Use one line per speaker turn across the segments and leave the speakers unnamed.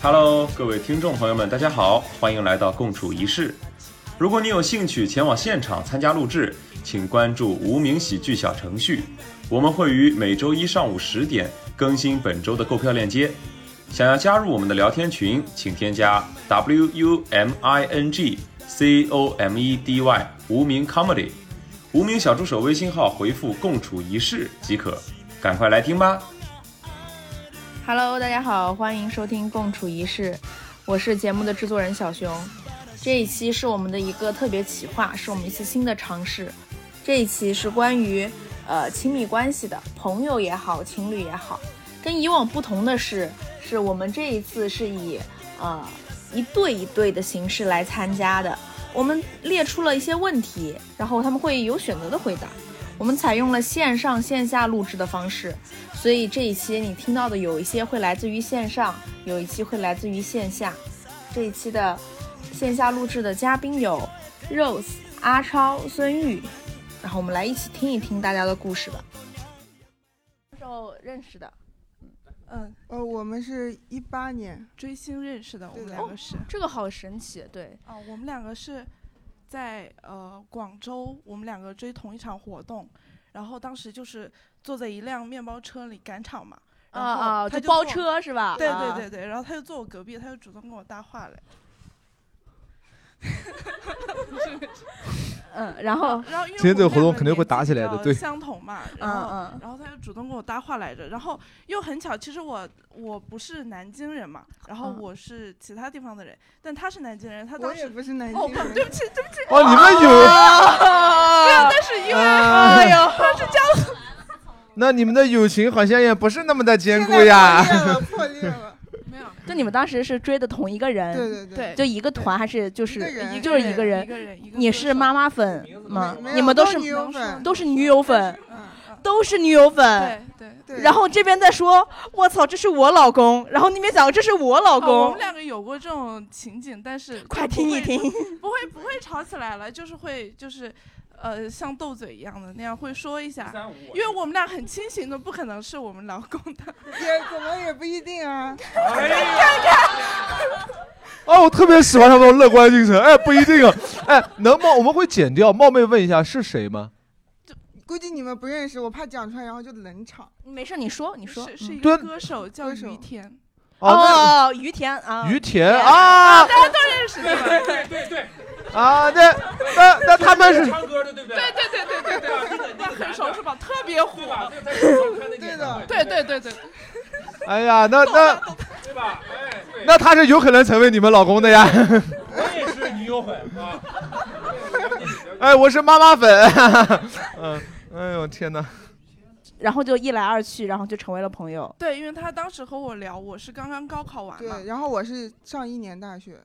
Hello，各位听众朋友们，大家好，欢迎来到共处一室。如果你有兴趣前往现场参加录制，请关注无名喜剧小程序，我们会于每周一上午十点更新本周的购票链接。想要加入我们的聊天群，请添加 w u m i n g c o m e d y 无名 comedy，无名小助手微信号回复“共处一室”即可。赶快来听吧！
Hello，大家好，欢迎收听《共处一室》，我是节目的制作人小熊。这一期是我们的一个特别企划，是我们一次新的尝试。这一期是关于呃亲密关系的，朋友也好，情侣也好。跟以往不同的是，是我们这一次是以呃一对一对的形式来参加的。我们列出了一些问题，然后他们会有选择的回答。我们采用了线上线下录制的方式，所以这一期你听到的有一些会来自于线上，有一期会来自于线下。这一期的线下录制的嘉宾有 Rose、阿超、孙玉，然后我们来一起听一听大家的故事吧。时候认识的，
嗯，呃，我们是一八年，
追星认识的，我
对
们
的
两个是
哦这个好神奇，对，
啊、我们两个是在呃广州，我们两个追同一场活动，然后当时就是坐在一辆面包车里赶场嘛，
啊
然后
啊，
他
就
就
包
坐，
车是吧？
对
啊
对对对，然后他就坐我隔壁，他就主动跟我搭话嘞，
嗯，然后，
然后因为
今天
我
这个
们
活动
两
肯定
个
会
年
打
纪
起
比
来的
较
对
相同嘛，然后
嗯嗯，
然后他就主动跟我搭话来着，然后又很巧，其实我我不是南京人嘛，然后
嗯
我是其他地方的人，但他是南京人，他
我
当
也
时
不是南
哦
京，人，
对不起，对不起，啊
哦，你们有
但是因为哎
啊？
呦，他是
那你们的友情好像也不是那么的坚
现
固
在
呀。
破裂了，破裂了，
没有。
就你们当时是追的同一个人，
对对
对
就一个团还是就
一个
是
人
一就是一个
一
人？
个人，一个
你是妈妈粉吗
没？有
你们都是
女友粉，
都是女友粉，
嗯，
都是女友粉。
对嗯对
对，
然后这边在说，我操，这是我老公。然后那边讲，这是我老
哦我们
公。
两个有过这种情景，但是
快
就
听
不
一
会
听，
不会不会吵起来了，就是会就是，呃，像斗嘴一样的那样会说一下，因为我们俩很清醒的，不可能是我们老公 的，哎
也怎么也不一定 啊，
哎
哦，我特别喜欢他们的乐观精神。哎，不一定啊。哎，能冒我们会剪掉，冒昧问一下是谁吗？
估计你们不认识，我怕讲出来然后就冷场，
没事，你说，你说。
是是
嗯
一个
对
歌手叫
歌手
于田，
哦，
哦，于田啊，
于田啊
认识对吧？
啊，那那那他们是
唱歌的，对不对？
对对对对对对，那个那个很熟是吧？特别火
对，吧？在手上看那
对
演唱
的
会，
对对对对，对
哎呀，那那
对吧？哎，对，
那他是有可能成为你们老公的呀。
我也是女友粉啊。
哎，我是妈妈粉。嗯，哎呦天哪！
然后就一来二去，然后就成为了朋友。
对，因为他当时和我聊，我是刚刚高考完嘛
对，，然后我是上一年大学，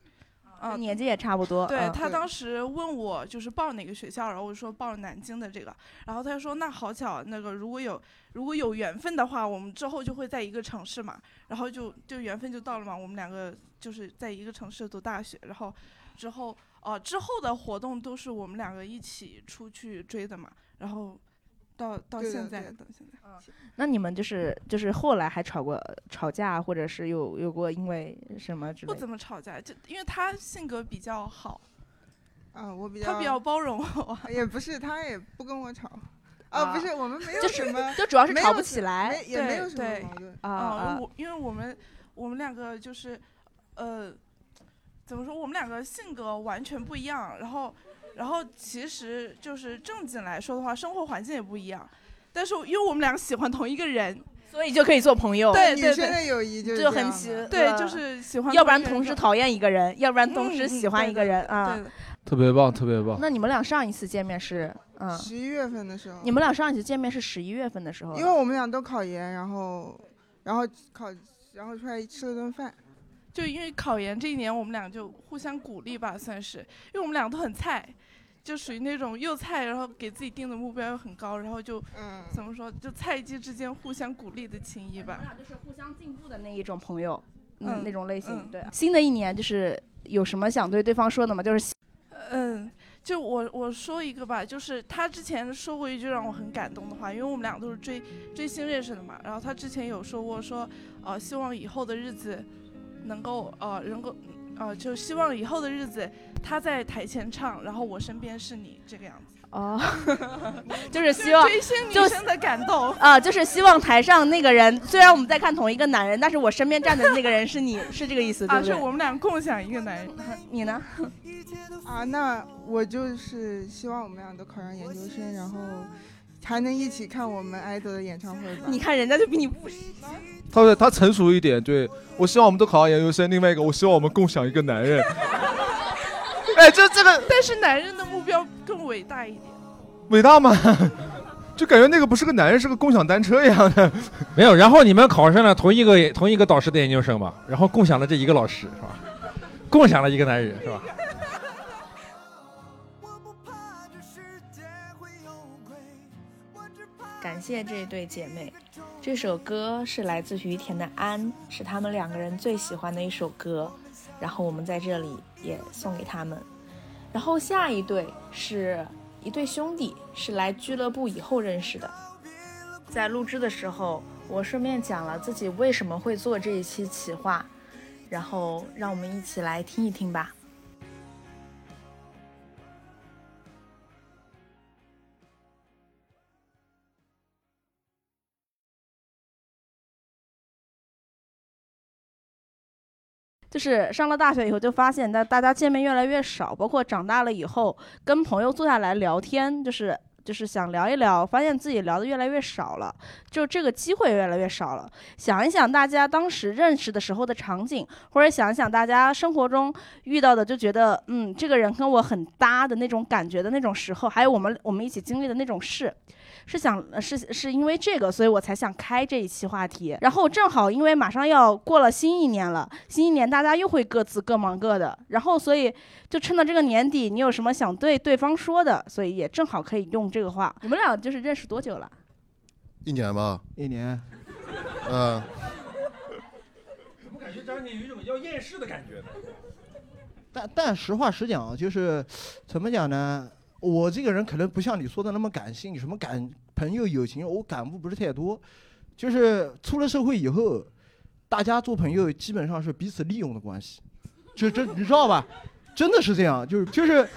啊，
年纪也差不多。
对
嗯
他
对
当时问我就是报哪个学校，然后我说报南京的这个，然后他就说那好巧，那个如果有如果有缘分的话，我们之后就会在一个城市嘛，然后就就缘分就到了嘛，我们两个就是在一个城市读大学，然后之后呃之后的活动都是我们两个一起出去追的嘛，然后到到
对的
现在
对的
到现在，嗯
那你们就是就是后来还吵过吵架，或者是有有过因为什么之
不
类的
怎么吵架，就因为他性格比较好，
啊，我比较，
他比较包容我，
也不是，他也不跟我吵，
啊
啊，不是，我们没有
就是
什么，
就主要是
没
吵
有
不
什
起来
没也没有
对
什么
对
矛盾，
啊
啊，
啊！
我因为我们我们两个就是，呃，怎么说？我们两个性格完全不一样，然后，然后其实就是正经来说的话，生活环境也不一样。但是因为我们两个喜欢同一个人，
所以就可以做朋友，
对
女
对
生
对
的友谊就
就
是这样
很
的
奇，
对，
呃
就是喜欢一个人。
要不然同时讨厌一个人，要不然
嗯
同时
嗯
喜欢
对
一个人
对
啊。
的
特别棒，特别棒。
那你们俩上一次见面是嗯，
十一月份的时候，
你们俩上一次见面是十一月份的时候了，
因为我们俩都考研，然后，然后考，然后出来吃了顿饭，
就因为考研这一年，我们俩就互相鼓励吧，算是，因为我们俩都很菜，就属于那种又菜，然后给自己定的目标又很高，然后就
嗯，
怎么说，就菜鸡之间互相鼓励的情谊吧
我。俩就是互相进步的那一种朋友，嗯，
嗯
那种类型。
嗯
对，啊新的一年就是有什么想对对方说的吗？就是
嗯，就我我说一个吧，就是他之前说过一句让我很感动的话，因为我们俩都是追追星认识的嘛。然后他之前有说过说，呃，希望以后的日子，能够呃能够呃，就希望以后的日子他在台前唱，然后我身边是你这个样子，
哦， 就是希望
追星女
就
生的感动。
啊、就是希望台上那个人，虽然我们在看同一个男人，但是我身边站的那个人是你，是这个意思，对
啊，
不
是
对？
我们俩共享一个男人，
你呢？
啊，那我就是希望我们俩都考上研究生，然后还能一起看我们 idol 的演唱会吧。
你看人家就比你务实。
他会他成熟一点，对我希望我们都考上研究生。另外一个，我希望我们共享一个男人。哎，这这个
但是男人的目标更伟大一点。
伟大吗？ 就感觉哎那个不是个男人，是个共享单车一样的。
没有，然后你们考上了同一个同一个导师的研究生吧，然后共享了这一个老师是吧？共享了一个男人是吧？
感谢这对姐妹。这首歌是来自于田的《安》，是她们两个人最喜欢的一首歌，然后我们在这里也送给他们。然后下一对是一对兄弟，是来俱乐部以后认识的。在录制的时候，我顺便讲了自己为什么会做这一期企划，然后让我们一起来听一听吧。
就是上了大学以后，就发现大大家见面越来越少，包括长大了以后，跟朋友坐下来聊天，就是就是想聊一聊，发现自己聊的越来越少了，就这个机会越来越少了。想一想大家当时认识的时候的场景，或者想一想大家生活中遇到的，就觉得嗯，这个人跟我很搭的那种感觉的那种时候，还有我们我们一起经历的那种事。是想呃是是因为这个，所以我才想开这一期话题。然后正好因为马上要过了新一年了，新一年大家又会各自各忙各的，然后所以就趁到这个年底，你有什么想对对方说的，所以也正好可以用这个话。你们俩就是认识多久了？
一年吧，
一年，
嗯、
我感觉张姐有一种要厌世的感觉呢。
但但实话实讲，就是怎么讲呢？我这个人可能不像你说的那么感性，什么感朋友、友情，我感悟不是太多。就是出了社会以后，大家做朋友基本上是彼此利用的关系，就这你知道吧？真的是这样，就是就是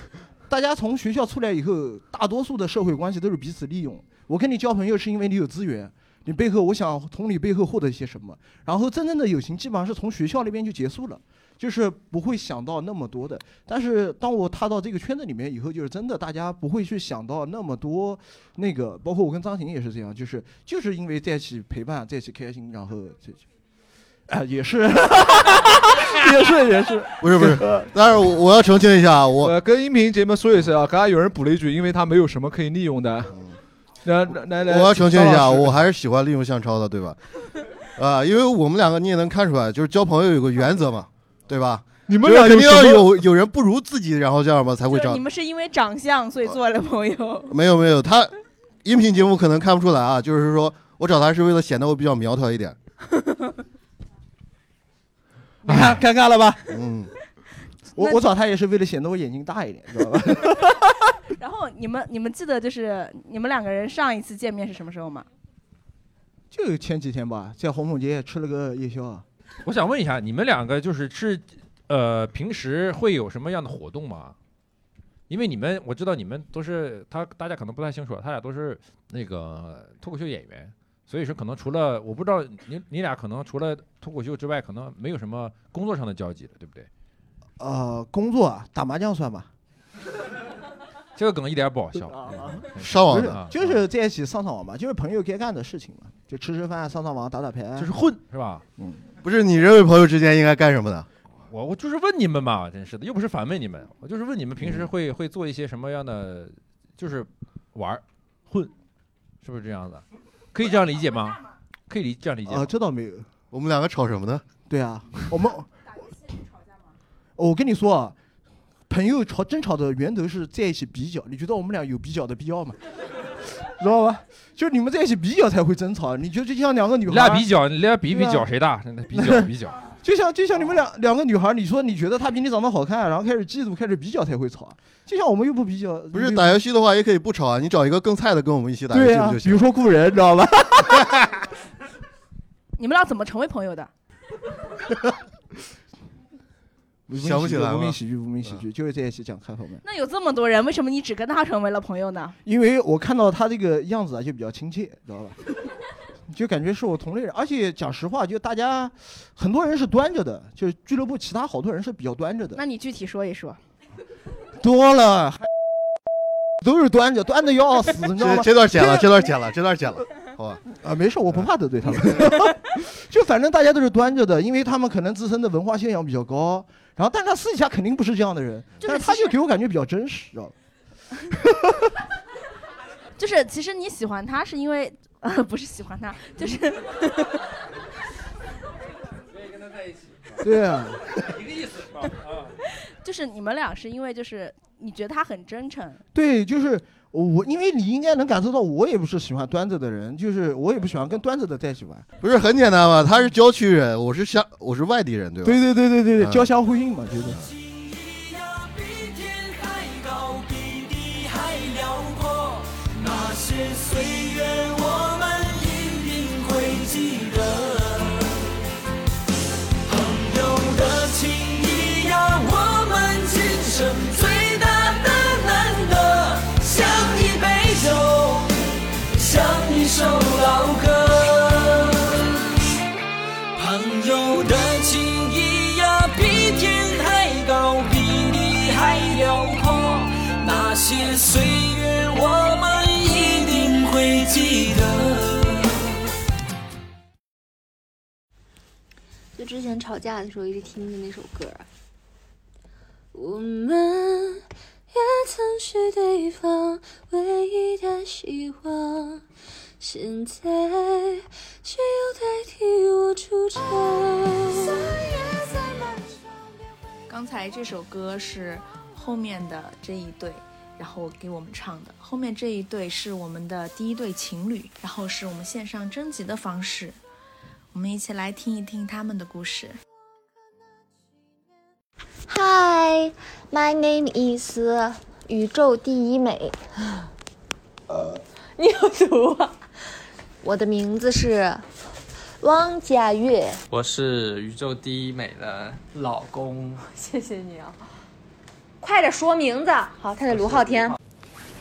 大家从学校出来以后，大多数的社会关系都是彼此利用。我跟你交朋友是因为你有资源，你背后我想从你背后获得一些什么。然后真正的友情基本上是从学校那边就结束了。就是不会想到那么多的。但是当我踏到这个圈子里面以后，就是真的大家不会去想到那么多那个，包括我跟张婷也是这样，就是就是因为在一起陪伴，在一起开心，然后这就。啊，也是， 也是，也是，
不是不是，但是我我要澄清一下，我
呃，跟音频节目说一声啊，刚才有人补了一句，因为他没有什么可以利用的。来来来，
我要澄清一
张
下，
老师
我还是喜欢利用向超的，对吧？啊、因为我们两个你也能看出来，就是交朋友有个原则嘛，对吧？
你们
就是
俩
肯定
有
要
什么
有有人不如自己，然后这样吧才会
就是
找
你。们是因为长相
呃
所以做了朋友。
没有没有，他音频节目可能看不出来啊，就是说我找他是为了显得我比较苗条一点。
你看尴尬了吧？
嗯，
我我找他也是为了显得我眼睛大一点，知道吧？
然后你们你们记得就是你们两个人上一次见面是什么时候吗？
就前几天吧，在黄浦街吃了个夜宵啊，
我想问一下，你们两个就是是呃，平时会有什么样的活动吗？因为你们我知道你们都是他，大家可能不太清楚，他俩都是那个脱口秀演员，所以说可能除了我不知道你你俩可能除了脱口秀之外，可能没有什么工作上的交集了，对不对？
呃，工作啊，打麻将算吧，
这个梗一点不好笑。
啊
嗯
上
不
网
是
的，
啊，
就是在一起上上网嘛，就是朋友该干的事情嘛，就吃吃饭、上上网、打打牌啊，
就是混是吧？
嗯
不是你认为朋友之间应该干什么的？
我我就是问你们嘛，真是的，又不是反问你们，我就是问你们平时
嗯
会会做一些什么样的，就是玩儿混，是不是这样子？可以这样理解吗？可以理这样理解
啊，
吗？
这倒没有。
我们两个吵什么呢？
对啊，我们我跟你说啊，朋友吵争吵的源头是在一起比较，你觉得我们俩有比较的必要吗？ 知道吧？就是你们在一起比较才会争吵。你觉得就像两个女
你
孩，
俩比较，你俩比比
对啊
较谁大？真的比较比较。
就像就像你们两两个女孩，你说你觉得她比你长得好看，啊然后开始嫉妒，开始比较才会吵。啊就像我们又不比较，
不是
又
打游戏的话也可以不吵啊，你找一个更菜的跟我们一起打游
对
戏
啊
不就，
比
行
如
了？
说故人，知道吧？
你们俩怎么成为朋友的？
无名
想不
喜
起
剧
来嗯
无名
吗
喜剧，无名喜剧，就是在一起讲开放麦。
那有这么多人，为什么你只跟他成为了朋友呢？
因为我看到他这个样子啊，就比较亲切，知道吧？ 就感觉是我同类人，而且讲实话，就大家很多人是端着的，就是俱乐部其他好多人是比较端着的，
那你具体说一说。
多了还都是端着，端的要死，你知道
这
吗？
这段 剪了，
天
这段剪了，这段剪了，好吧？
啊，没事，我不怕得罪他们。 就反正大家都是端着的，因为他们可能自身的文化修养比较高，然后但他私底下肯定不是这样的人，
就是
但是他
其实
就给我感觉比较真实，知道吧？
就是其实你喜欢他是因为，呃，不是喜欢他，就是
对啊，
就是你们俩是因为就是你觉得他很真诚，
对，就是我，因为你应该能感受到，我也不是喜欢端着的人，就是我也不喜欢跟端着的在一起玩。
不是很简单吗？他是郊区人，我是乡，我是外地人，对吧？
对对对对对
嗯
对，交相呼应嘛，就是。
就之前吵架的时候一直听的那首歌啊。我们也曾是对方唯一的希望，现在只有代替我出场。
刚才这首歌是后面的这一对，然后给我们唱的。后面这一对是我们的第一对情侣，然后是我们线上征集的方式。我们一起来听一听他们的故事。
Hi, my name is 宇宙第一美。 你有毒啊！我的名字是汪佳悦。
我是宇宙第一美的老公，
谢谢你啊！快点说名字。啊好，他是卢浩天。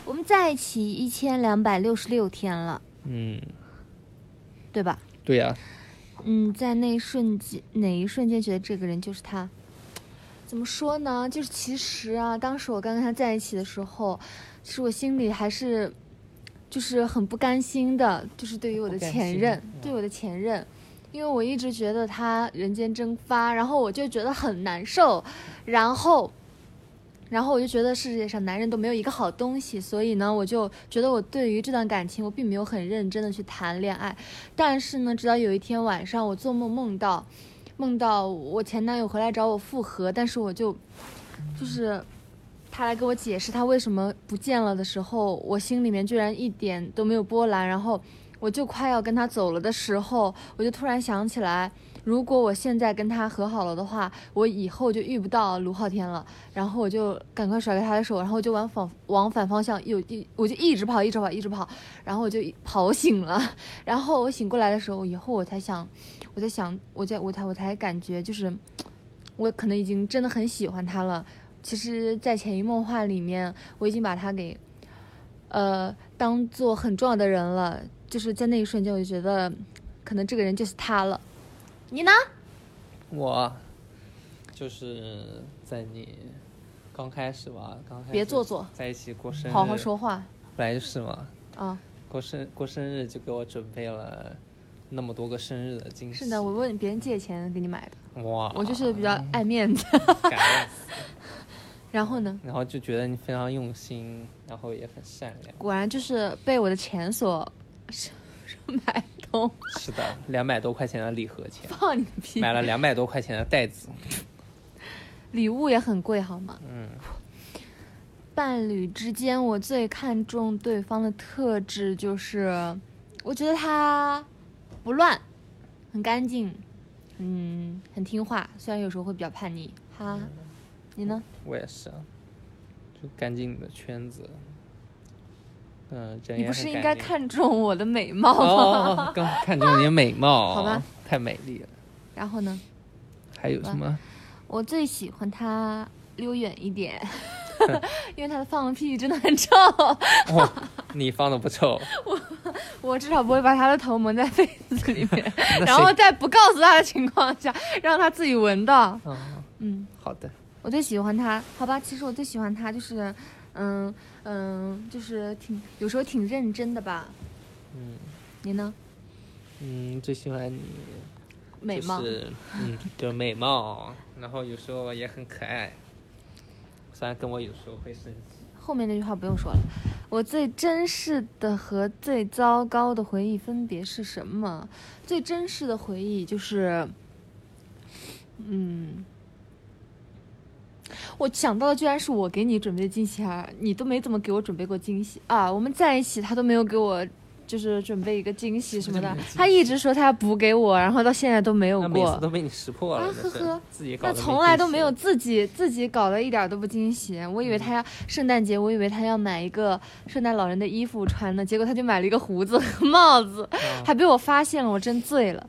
我们在一起一千两百六十六天了，
嗯，
对吧？
对呀、
嗯，在那一瞬间，哪一瞬间觉得这个人就是他？怎么说呢？就是其实啊，当时我刚跟他在一起的时候，其实我心里还是，就是很不甘心的，就是对于我的
不甘
前
心嗯
任，对我的前任，因为我一直觉得他人间蒸发，然后我就觉得很难受，然后。然后我就觉得世界上男人都没有一个好东西，所以呢，我就觉得我对于这段感情我并没有很认真的去谈恋爱。但是呢，直到有一天晚上，我做梦梦到，梦到我前男友回来找我复合，但是我就，就是他来给我解释他为什么不见了的时候，我心里面居然一点都没有波澜。然后我就快要跟他走了的时候，我就突然想起来，如果我现在跟他和好了的话，我以后就遇不到卢浩天了。然后我就赶快甩开他的手，然后我就往反往反方向又一我就一直跑，一直跑，一直跑，然后我就跑醒了。然后我醒过来的时候，以后我才想，我在想，我在我才我才感觉就是，我可能已经真的很喜欢他了。其实，在潜移默化里面，我已经把他给，呃，当做很重要的人了。就是在那一瞬间，我就觉得，可能这个人就是他了。你呢？
我就是在你刚开始吧，刚开始
别做作，
在一起过生日，
好好说话
本来就是嘛，
啊！
过生过生日就给我准备了那么多个生日的惊喜，
是的，我问别人借钱给你买的，
哇，
我就是比较爱面子。
感恩，
然后呢，
然后就觉得你非常用心，然后也很善良，
果然就是被我的钱所买通。
是的，两百多块钱的礼盒钱，
放你的屁！
买了两百多块钱的袋子，
礼物也很贵，好吗？
嗯，
伴侣之间，我最看重对方的特质就是，我觉得他不乱，很干净，嗯，很听话，虽然有时候会比较叛逆。哈，你呢？
我也是啊，就干净你的圈子，嗯、人
你
也
不
很
是应
干
该
净
看重我的美貌吗？
哦，刚看中你的美貌，
好吧，
太美丽了。
然后呢？
还有什么？
我最喜欢他溜远一 点，因为他的放屁真的很臭，
你放的不臭，
我至少不会把他的头蒙在被子里面
那，
然后
谁
在不告诉他的情况下让他自己闻到。
嗯，
嗯，
好的。
我最喜欢他，好吧，其实我最喜欢他就是，嗯嗯，就是挺有时候挺认真的吧。
嗯
你呢？
嗯，最喜欢你
美
就
貌
是嗯，对美貌，然后有时候也很可爱，虽然跟我有时候会生气。
后面那句话不用说了。我最真实的和最糟糕的回忆分别是什么？最真实的回忆就是，嗯，我想到的居然是我给你准备的惊喜啊！你都没怎么给我准备过惊喜啊！我们在一起，他都没有给我就是准备一个惊喜什么的， 他一直说他要补给我，然后到现在都没有
那每次
过。
都被你识破了，
啊
那
呵
是
呵
自己搞
那
得
从来都
惊
没有自己自己搞得一点儿都不惊喜。我
嗯
以为他要圣诞节，我以为他要买一个圣诞老人的衣服穿呢，结果他就买了一个胡子和帽子，
啊
还被我发现了，我真醉了。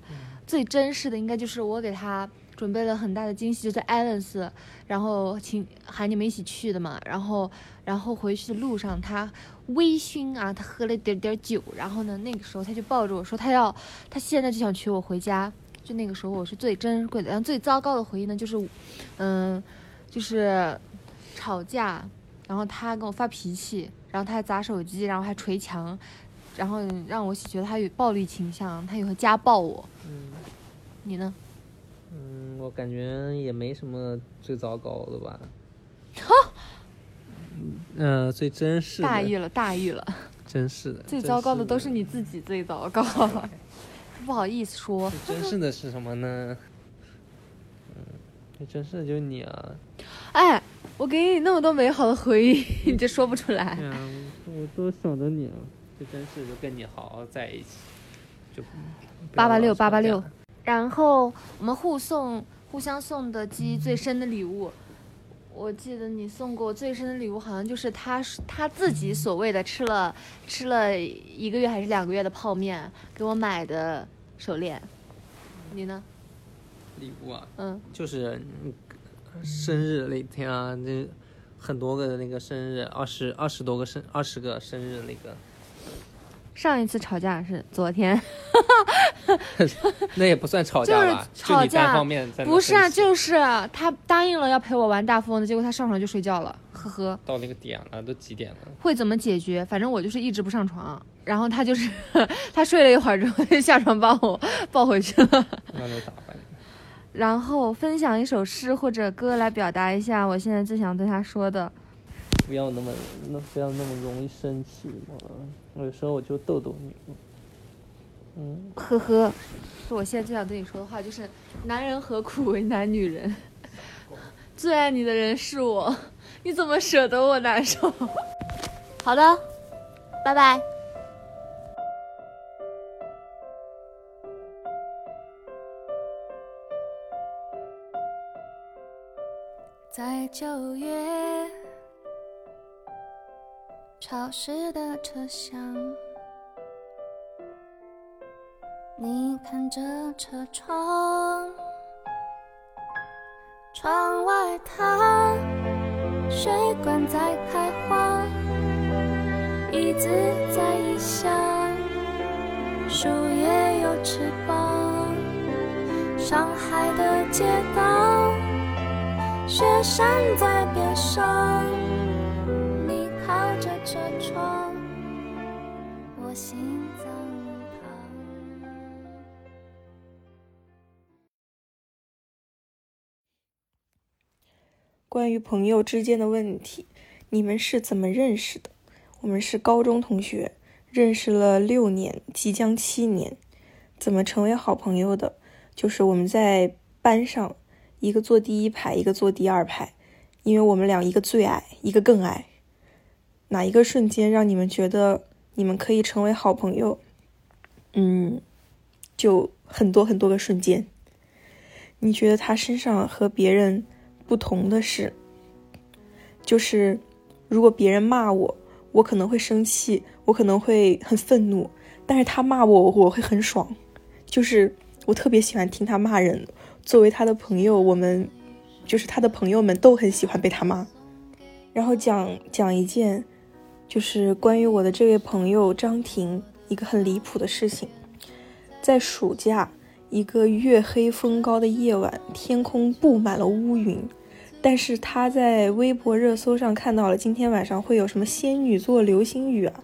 最真实的应该就是我给他准备了很大的惊喜，就在 a l e 然后请喊你们一起去的嘛。然后，然后回去的路上他微醺啊，他喝了一点点酒，然后呢，那个时候他就抱着我说他要，他现在就想娶我回家。就那个时候我是最珍贵的，然后最糟糕的回忆呢，就是，嗯、就是吵架，然后他跟我发脾气，然后他还砸手机，然后还捶墙，然后让我觉得他有暴力倾向，他也会家暴我。
嗯
你呢？
嗯，我感觉也没什么最糟糕的 吧。嗯、最真实的
大意了，大意了。
真是 的，
最
真
糟糕的
是
都是你自己最糟 糕，不好意思说。
真是的是什么呢？嗯，最真是的就是你啊。
哎，我给你那么多美好的回忆， 你就说不出来。
对啊，我都想着你了，最真是的就跟你好好在一起，就
八八六八八六。然后我们互送互相送的记忆最深的礼物，我记得你送过我最深的礼物，好像就是他他自己所谓的吃了吃了一个月还是两个月的泡面给我买的手链。你呢？
礼物啊，
嗯，
就是嗯生日那天啊，那很多个那个生日，二十二十多个生二十个生日那个，
上一次吵架是昨天，
那也不算吵
就
架
是
吧？就
吵
你单
架，
方面在那
不是啊，
生气
就是啊他答应了要陪我玩大富翁的，结果他上床就睡觉了，呵呵。
到那个点了，都几点了？
会怎么解决？反正我就是一直不上床，然后他就是 他睡了一会儿之后就下床把我抱回去了。
那就打吧。
然后分享一首诗或者歌来表达一下我现在最想对他说的。
不要那么那不要那么容易生气嘛。有时候我就逗逗你。嗯，
呵呵，是我现在最想对你说的话，就是男人何苦为难女人？ 最爱你的人是我，你怎么舍得我难受？ 好的，拜拜。
在九月潮湿的车厢，你看着车窗，窗外它水管在开花，椅子在异乡，树叶有翅膀，上海的街道。雪山在边上，你靠着车窗，我心脏一旁。
关于朋友之间的问题，你们是怎么认识的？我们是高中同学，认识了六年，即将七年。怎么成为好朋友的？就是我们在班上，一个坐第一排，一个坐第二排，因为我们俩一个最矮，一个更矮。哪一个瞬间让你们觉得你们可以成为好朋友？嗯，就很多很多个瞬间。你觉得他身上和别人不同的是，就是如果别人骂我，我可能会生气，我可能会很愤怒，但是他骂我，我会很爽。就是我特别喜欢听他骂人，作为他的朋友，我们就是他的朋友们都很喜欢贝他妈。然后讲讲一件，就是关于我的这位朋友张婷一个很离谱的事情。在暑假一个月黑风高的夜晚，天空布满了乌云，但是他在微博热搜上看到了今天晚上会有什么仙女座流星雨啊，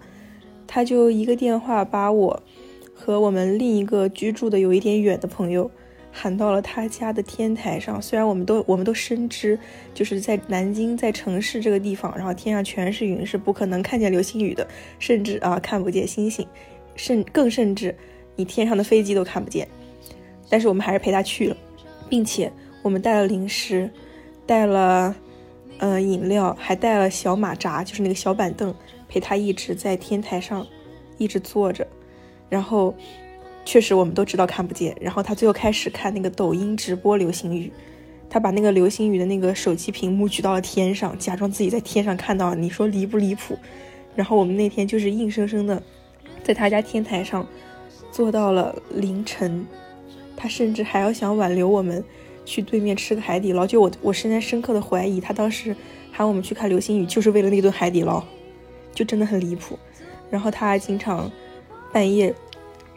他就一个电话把我和我们另一个居住的有一点远的朋友喊到了他家的天台上。虽然我们都我们都深知，就是在南京在城市这个地方，然后天上全是云，是不可能看见流星雨的，甚至啊看不见星星，甚更甚至你天上的飞机都看不见。但是我们还是陪他去了，并且我们带了零食，带了呃饮料，还带了小马扎，就是那个小板凳，陪他一直在天台上一直坐着。然后确实我们都知道看不见，然后他最后开始看那个抖音直播流星雨，他把那个流星雨的那个手机屏幕举到了天上，假装自己在天上看到，你说离不离谱？然后我们那天就是硬生生的在他家天台上坐到了凌晨，他甚至还要想挽留我们去对面吃个海底捞，就我我现在深刻的怀疑他当时喊我们去看流星雨就是为了那顿海底捞，就真的很离谱。然后他还经常。半夜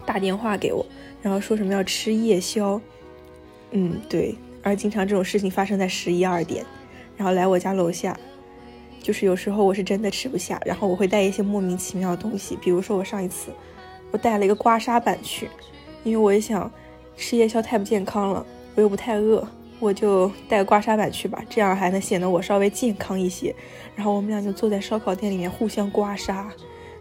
打电话给我，然后说什么要吃夜宵，嗯，对，而经常这种事情发生在十一二点，然后来我家楼下，就是有时候我是真的吃不下，然后我会带一些莫名其妙的东西，比如说我上一次我带了一个刮痧板去，因为我也想吃夜宵太不健康了，我又不太饿，我就带刮痧板去吧，这样还能显得我稍微健康一些。然后我们俩就坐在烧烤店里面互相刮痧，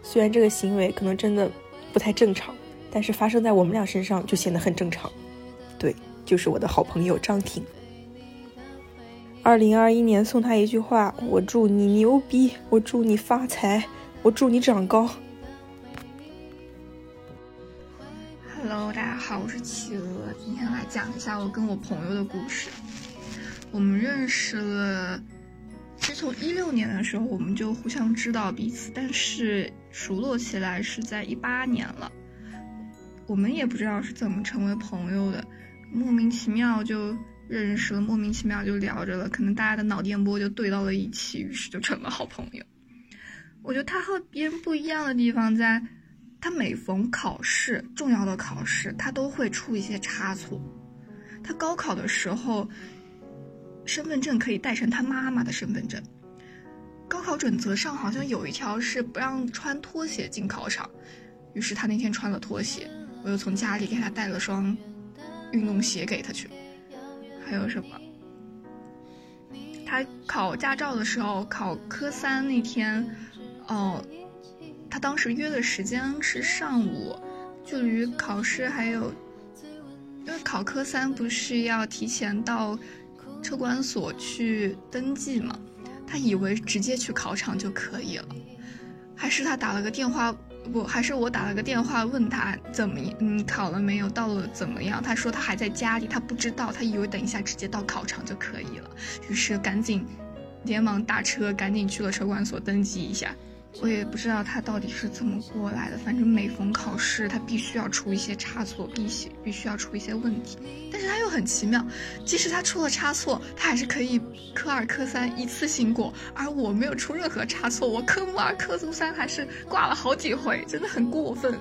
虽然这个行为可能真的。不太正常，但是发生在我们俩身上就显得很正常。对，就是我的好朋友张婷。二零二一年送她一句话：我祝你牛逼，我祝你发财，我祝你长高。
Hello，大家好，我是企鹅，今天来讲一下我跟我朋友的故事。我们认识了，其实从一六年的时候我们就互相知道彼此，但是熟络起来是在一八年了。我们也不知道是怎么成为朋友的，莫名其妙就认识了，莫名其妙就聊着了，可能大家的脑电波就对到了一起，于是就成了好朋友。我觉得他和别人不一样的地方在，他每逢考试重要的考试，他都会出一些差错。他高考的时候，身份证可以带成他妈妈的身份证。高考准则上好像有一条是不让穿拖鞋进考场，于是他那天穿了拖鞋，我又从家里给他带了双运动鞋给他去。还有什么？他考驾照的时候，考科三那天，哦、他当时约的时间是上午，距离考试还有，因为考科三不是要提前到车管所去登记嘛，他以为直接去考场就可以了，还是他打了个电话，不，还是我打了个电话问他怎么，嗯，考了没有，到了怎么样？他说他还在家里，他不知道，他以为等一下直接到考场就可以了，于是赶紧连忙打车，赶紧去了车管所登记一下。我也不知道他到底是怎么过来的，反正每逢考试，他必须要出一些差错，必须必须要出一些问题。但是他又很奇妙，即使他出了差错，他还是可以科二、科三一次性过，而我没有出任何差错，我科目二、科目三还是挂了好几回，真的很过分。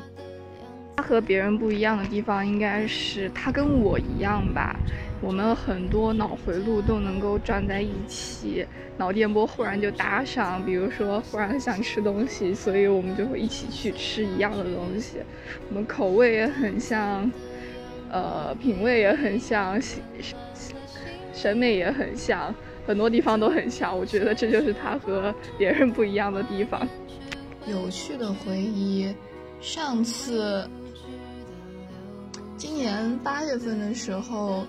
他和别人不一样的地方，应该是他跟我一样吧。我们很多脑回路都能够转在一起，脑电波忽然就搭上。比如说，忽然想吃东西，所以我们就会一起去吃一样的东西。我们口味也很像，呃，品味也很像，喜喜审美也很像，很多地方都很像。我觉得这就是他和别人不一样的地方。有趣的回忆，上次今年八月份的时候，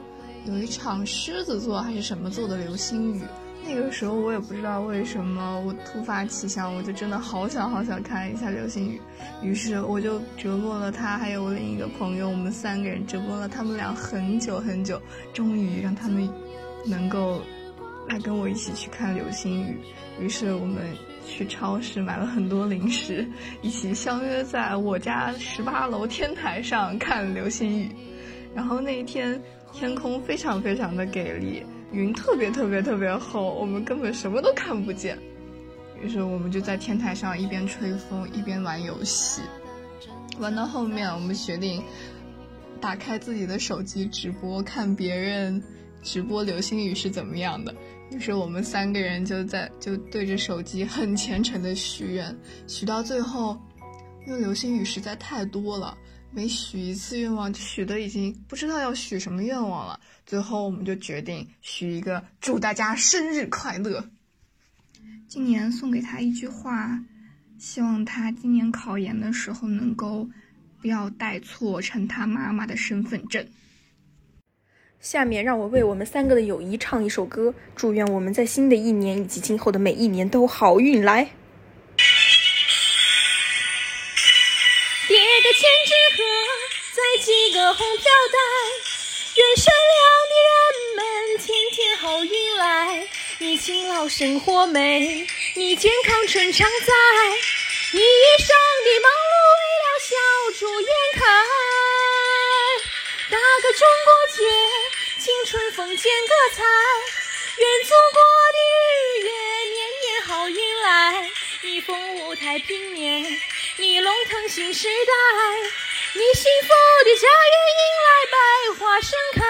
有一场狮子座还是什么座的流星雨。那个时候我也不知道为什么，我突发奇想，我就真的好想好想看一下流星雨。于是我就折磨了他，还有我另一个朋友，我们三个人折磨了他们俩很久很久，终于让他们能够来跟我一起去看流星雨。于是我们去超市买了很多零食，一起相约在我家十八楼天台上看流星雨。然后那一天天空非常非常的给力，云特别特别特别厚，我们根本什么都看不见。于是我们就在天台上一边吹风一边玩游戏，玩到后面我们决定打开自己的手机直播，看别人直播流星雨是怎么样的。于是我们三个人就在就对着手机很虔诚的许愿，许到最后，因为流星雨实在太多了，每许一次愿望就许的已经不知道要许什么愿望了。最后我们就决定许一个祝大家生日快乐。今年送给他一句话，希望他今年考研的时候能够不要带错成他妈妈的身份证。
下面让我为我们三个的友谊唱一首歌，祝愿我们在新的一年以及今后的每一年都好运来。
叠个千纸鹤，再系个红飘带，愿善良的人们天天好运来。你勤劳生活美，你健康春常在，你一生的忙碌为了笑逐颜开。打个中国结，庆春风剪个彩，愿祖国的日月年年好运来。你凤舞太平年，你龙腾新时代，你幸福的家园迎来百花盛开。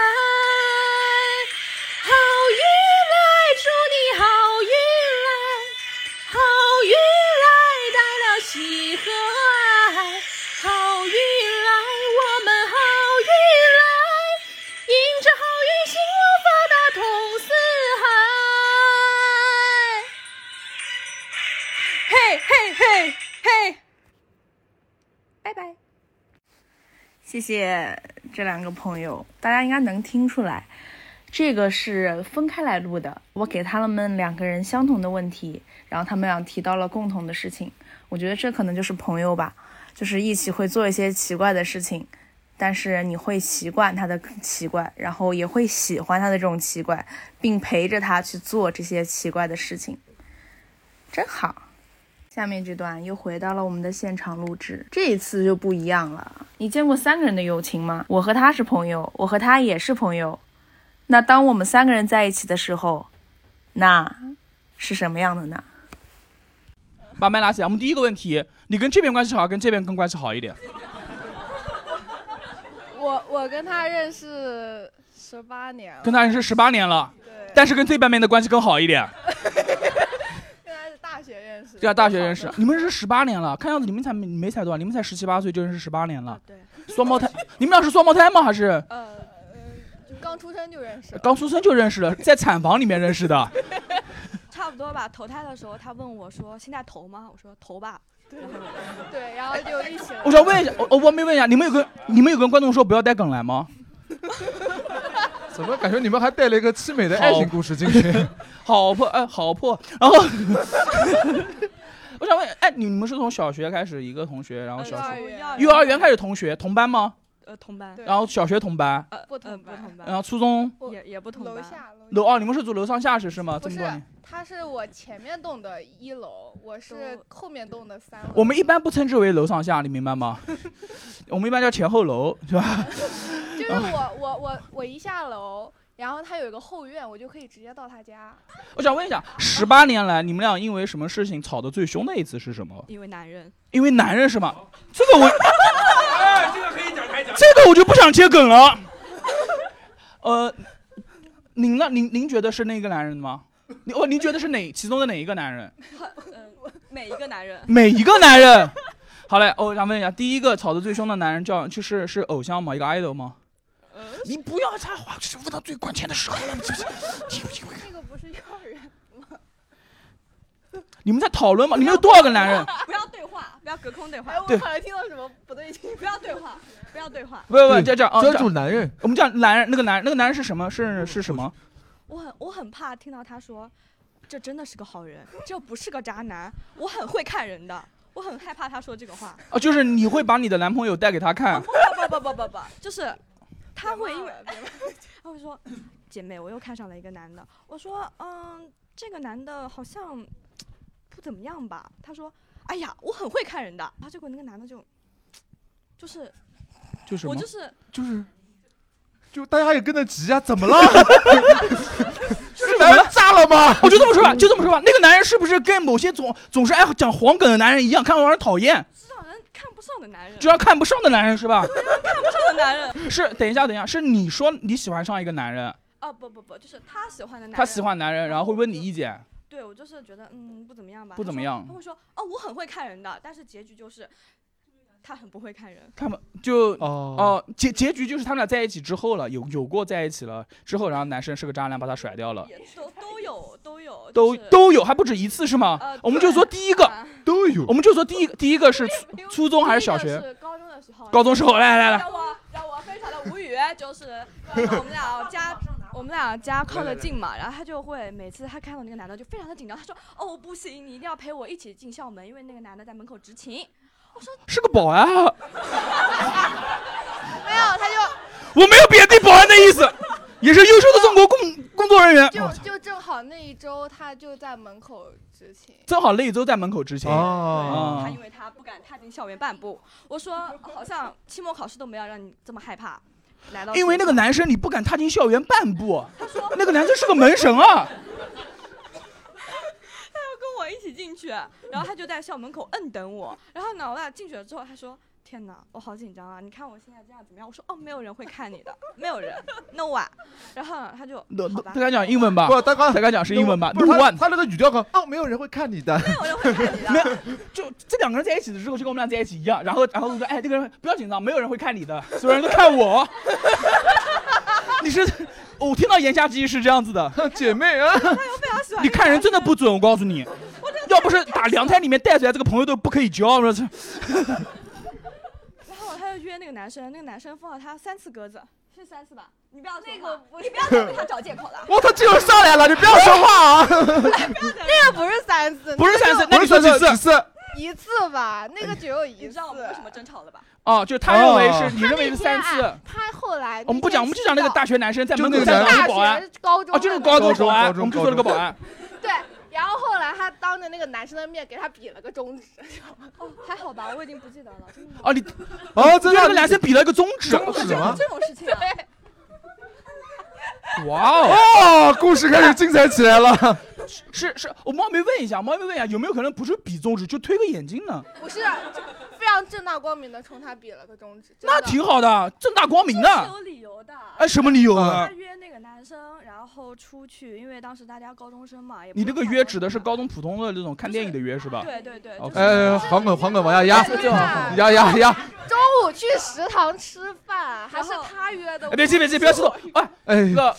好运来，祝你好运来，好运来带了喜和爱，好运来，我们好运来，迎着好运兴旺发达通四海。嘿嘿嘿嘿，
拜拜。谢谢这两个朋友，大家应该能听出来，这个是分开来录的。我给他们两个人相同的问题，然后他们俩提到了共同的事情。我觉得这可能就是朋友吧，就是一起会做一些奇怪的事情，但是你会习惯他的奇怪，然后也会喜欢他的这种奇怪，并陪着他去做这些奇怪的事情，真好。下面这段又回到了我们的现场录制，这一次就不一样了。你见过三个人的友情吗？我和他是朋友，我和他也是朋友。那当我们三个人在一起的时候，那是什么样的呢？
把麦拉起来。我们第一个问题，你跟这边关系好，跟这边更关系好一点？
我我跟他认识十八年了，
跟他认识十八年了， 但是跟这半边的关系更好一点。
跟他是大学认识的，
对啊，大学认识，你们认识十八年了，看样子你们才没你没才多少，你们才十七八岁就认识十八年
啊
了。对，双胞胎，你们俩是双胞胎吗？还是
呃
就刚出生就认识了，
刚出生就认识了，在产房里面认识的？
差不多吧。投胎的时候，他问我说：“现在投吗？”我说：“投吧。”对哎
对，然后就一起了。
我想问一下，我我冒昧问一下，你们有跟你们有跟观众说不要带梗来吗？
怎么感觉你们还带了一个凄美的爱情故事进去？
哦
好破，哎，好破。然后 我想问，哎，你们是从小学开始一个同学，然后小学、呃幼儿园开始同学同班吗？
呃同班，
然后小学同班，
呃不同班，不同班，
然后初中
也也不同班。
楼哦，你们是住楼上下室是吗？这么多年。
他是我前面栋的一楼，我是后面栋的三楼。
我们一般不称之为楼上下，你明白 吗？我们一般叫前后楼，是吧？
就是我我我我一下楼，然后他有一个后院，我就可以直接到他家。
我想问一下，十八年来你们俩因为什么事情吵得最凶的一次是什么？
因为 男人，
因为男人是吗？这个我
哎，这个可以讲，可以讲
这个我就不想接梗了。呃，您呢？您您觉得是那个男人吗？您哦，您觉得是哪其中的哪一个男人？
嗯、每一个男人，
每一个男人。好嘞，哦我想问一下，第一个吵得最凶的男人叫就是是偶像吗？一个 idol 吗？你不要插话，这是问到最关键的时候了，就是
这个不是幼儿园吗？
你们在讨论吗？你们有多少个男人？
不要对话，不要隔空对话。
哎，我
对
好像听到什么不对劲，
不要对话，不要对话。
不不不，这样这样，
嗯专注
男人。我们叫男人，那个男那个男人是什么？是是什么？
我很我很怕听到他说，这真的是个好人，这不是个渣男，我很会看人的，我很害怕他说这个话。
哦，就是你会把你的男朋友带给他看。
不不不不不不，就是他会因为他会说，姐妹，我又看上了一个男的。我说，嗯，这个男的好像不怎么样吧？他说，哎呀，我很会看人的。然后结果那个男的就，就是，
就什么
我就是
就是
就大家也跟着急啊，怎么 了？是男人炸了吗？
我就这么说吧，就这么说吧。那个男人是不是跟某些总总是爱讲黄梗的男人一样，看让人讨厌？
看不上的男人，
就像看不上的男人是吧？
看不上的男人。
是，等一下，等一下，是你说你喜欢上一个男人，
哦不不不，就是他喜欢的男人。
他喜欢男人，然后会问你意见。
对我就是觉得嗯不怎么样吧，
不
他
怎么
说
样
他会说哦我很会看人的，但是结局就是他很不会看人。
他们就哦、结结局就是他们俩在一起之后了，有有过在一起了之后，然后男生是个渣男，把她甩掉了，
也都都有都有
都都有，还不止一次是吗？
呃啊
我们就说第一个都有，我们就说第一个第一个是初初中还是小学？
是高中的时候，
高中时候来来来
让我让我非常的无语，就是 我们俩家我们俩家靠得近嘛，然后他就会每次他看到那个男的就非常的紧张，他说哦不行，你一定要陪我一起进校门，因为那个男的在门口执勤。
是个保安啊，
没有，他就
我没有贬低保安的意思，也是优秀的中国工工作人员。
就就正好那一周他就在门口执勤。
正好那一周在门口执勤
对他
啊
因，为他不敢踏进校园半步。我说好像期末考试都没有让你这么害怕，来到
因为那个
学校
男生你不敢踏进校园半步， 那个男生是个门神 啊，
他要跟我一起进去，然后他就在校门口摁等我。然后呢，我俩进去了之后，他说：“天哪，我好紧张啊！你看我现在这样怎么样？”我说：“哦，没有人会看你的，没有人，no one。”然后呢他就
那
好
那
吧，
他敢讲英文吧？
不他 刚
他敢讲是英文吧
不是他
No one
他那个语调高，哦，没有人会看你的。
没有，就这两个人在一起的时候就跟我们俩在一起一样，然后然后就说，哎，这个人不要紧张，没有人会看你的，所有人都看我。 你是，我听到言下之意是这样子的，姐妹啊，你看人真的不准，我告诉你，要不是打凉胎里面带出来这个朋友都不可以交，我说这。
然后他就约那个男生，那个男生放了他三次鸽子，是三次吧？你不要那
个
不你不要再为他找 借口了。
我操，这又上来了，你不要说话啊！
那个不是三次，
不是三次
那
那
个
你
就
说几次几次？
一次吧，那个只有一次。你知
哎道我们为什么争吵了吧？
哦，就是他认为
哦
是你认为是三
他那天
次
啊。他后来
我们不讲，我们就讲那个大学男生在门口
就那
站
个
岗的
男
保安
大学，高中
哦，就是
的
高中
高中
保安，
高中
我们就说了个保安，
对，然后后来他当着那个男生的面给他比了个中指。
哦，还好吧，我已经不记得了，真的。
哦你，
哦，真
对
的
那个男生比了一个中指，啊
中指
有
吗？
这种事情啊？
哇
哦，故事开始精彩起来了。
是是，我冒昧问一下，冒昧问一下，有没有可能不是比中指，就推个眼镜呢？
不是，就非常正大光明的冲他比了个中指。真
那
的
挺好的，啊正大光明
啊这是
的
有。理由的。
哎什么理由啊
他约那个男生，然后出去，因为当时大家高中生嘛，也不
你这个
想
约指的是高中普通的那种看电影的约是吧？
对对对，
OK
哎，黄梗黄梗往下压
这就好，
压压压！
中午去食堂吃饭，还是他约的。
哎别急别急，不要激动。哎，
哎，
那个